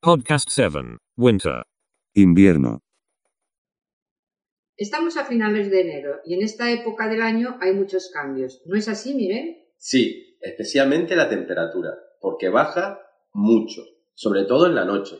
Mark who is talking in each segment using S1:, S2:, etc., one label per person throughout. S1: Podcast 7. Winter.
S2: invierno,
S3: Estamos a finales de enero y en esta época del año hay muchos cambios. ¿No es así, Miguel?
S4: Sí, especialmente la temperatura, porque baja mucho, sobre todo en la noche.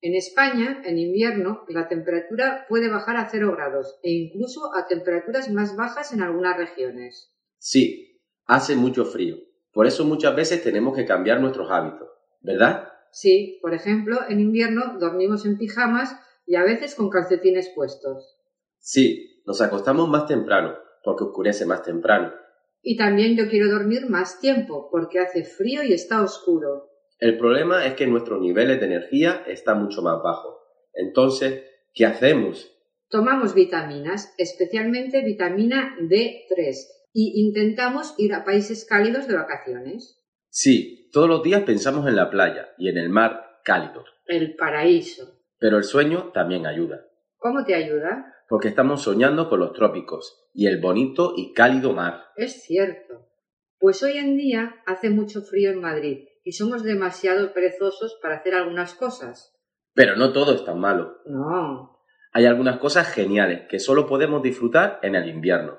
S3: En España, en invierno, la temperatura puede bajar a cero grados e incluso a temperaturas más bajas en algunas regiones.
S4: Sí, hace mucho frío, por eso muchas veces tenemos que cambiar nuestros hábitos, ¿verdad?
S3: Sí, por ejemplo, en invierno dormimos en pijamas y a veces con calcetines puestos.
S4: Sí, nos acostamos más temprano, porque oscurece más temprano.
S3: Y también yo quiero dormir más tiempo porque hace frío y está oscuro.
S4: El problema es que nuestros niveles de energía están mucho más bajos. Entonces, ¿qué hacemos?
S3: Tomamos vitaminas, especialmente vitamina D3, y intentamos ir a países cálidos de vacaciones.
S4: Sí, todos los días pensamos en la playa y en el mar cálido,
S3: El paraíso.
S4: pero el sueño también ayuda,
S3: ¿Cómo te ayuda?
S4: porque estamos soñando con los trópicos y el bonito y cálido mar.
S3: Es cierto. Pues hoy en día hace mucho frío en Madrid y somos demasiado perezosos para hacer algunas cosas.
S4: Pero no todo es tan malo.
S3: No.
S4: Hay algunas cosas geniales que solo podemos disfrutar en el invierno.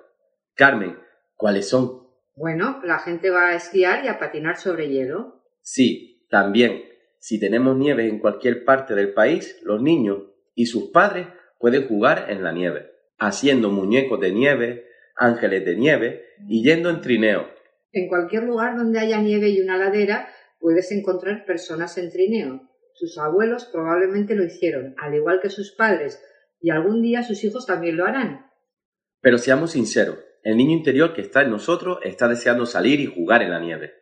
S4: Carmen, ¿cuáles son?
S3: Bueno, la gente va a esquiar y a patinar sobre hielo.
S4: Sí, también, si tenemos nieve en cualquier parte del país, los niños y sus padres pueden jugar en la nieve, haciendo muñecos de nieve, ángeles de nieve y yendo en trineo.
S3: En cualquier lugar donde haya nieve y una ladera puedes encontrar personas en trineo. Sus abuelos probablemente lo hicieron, al igual que sus padres, y algún día sus hijos también lo harán.
S4: Pero seamos sinceros, el niño interior que está en nosotros está deseando salir y jugar en la nieve.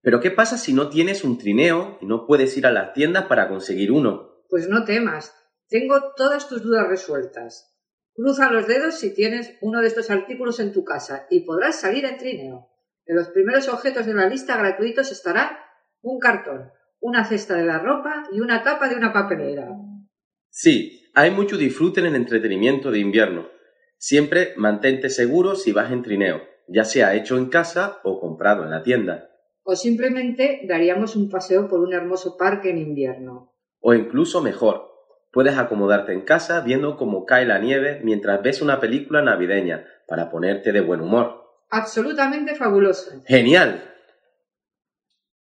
S4: Pero ¿qué pasa si no tienes un trineo y no puedes ir a las tiendas para conseguir uno?
S3: Pues no temas, tengo todas tus dudas resueltas. Cruza los dedos si tienes uno de estos artículos en tu casa y podrás salir en trineo. De los primeros objetos de la lista gratuitos estará un cartón, una cesta de la ropa y una tapa de una papelera.
S4: Sí, hay mucho disfrute en el entretenimiento de invierno. Siempre mantente seguro si vas en trineo, ya sea hecho en casa o comprado en la tienda,
S3: O simplemente daríamos un paseo por un hermoso parque en invierno.
S4: o incluso mejor, puedes acomodarte en casa viendo cómo cae la nieve mientras ves una película navideña para ponerte de buen humor.
S3: Absolutamente fabuloso.
S4: ¡Genial!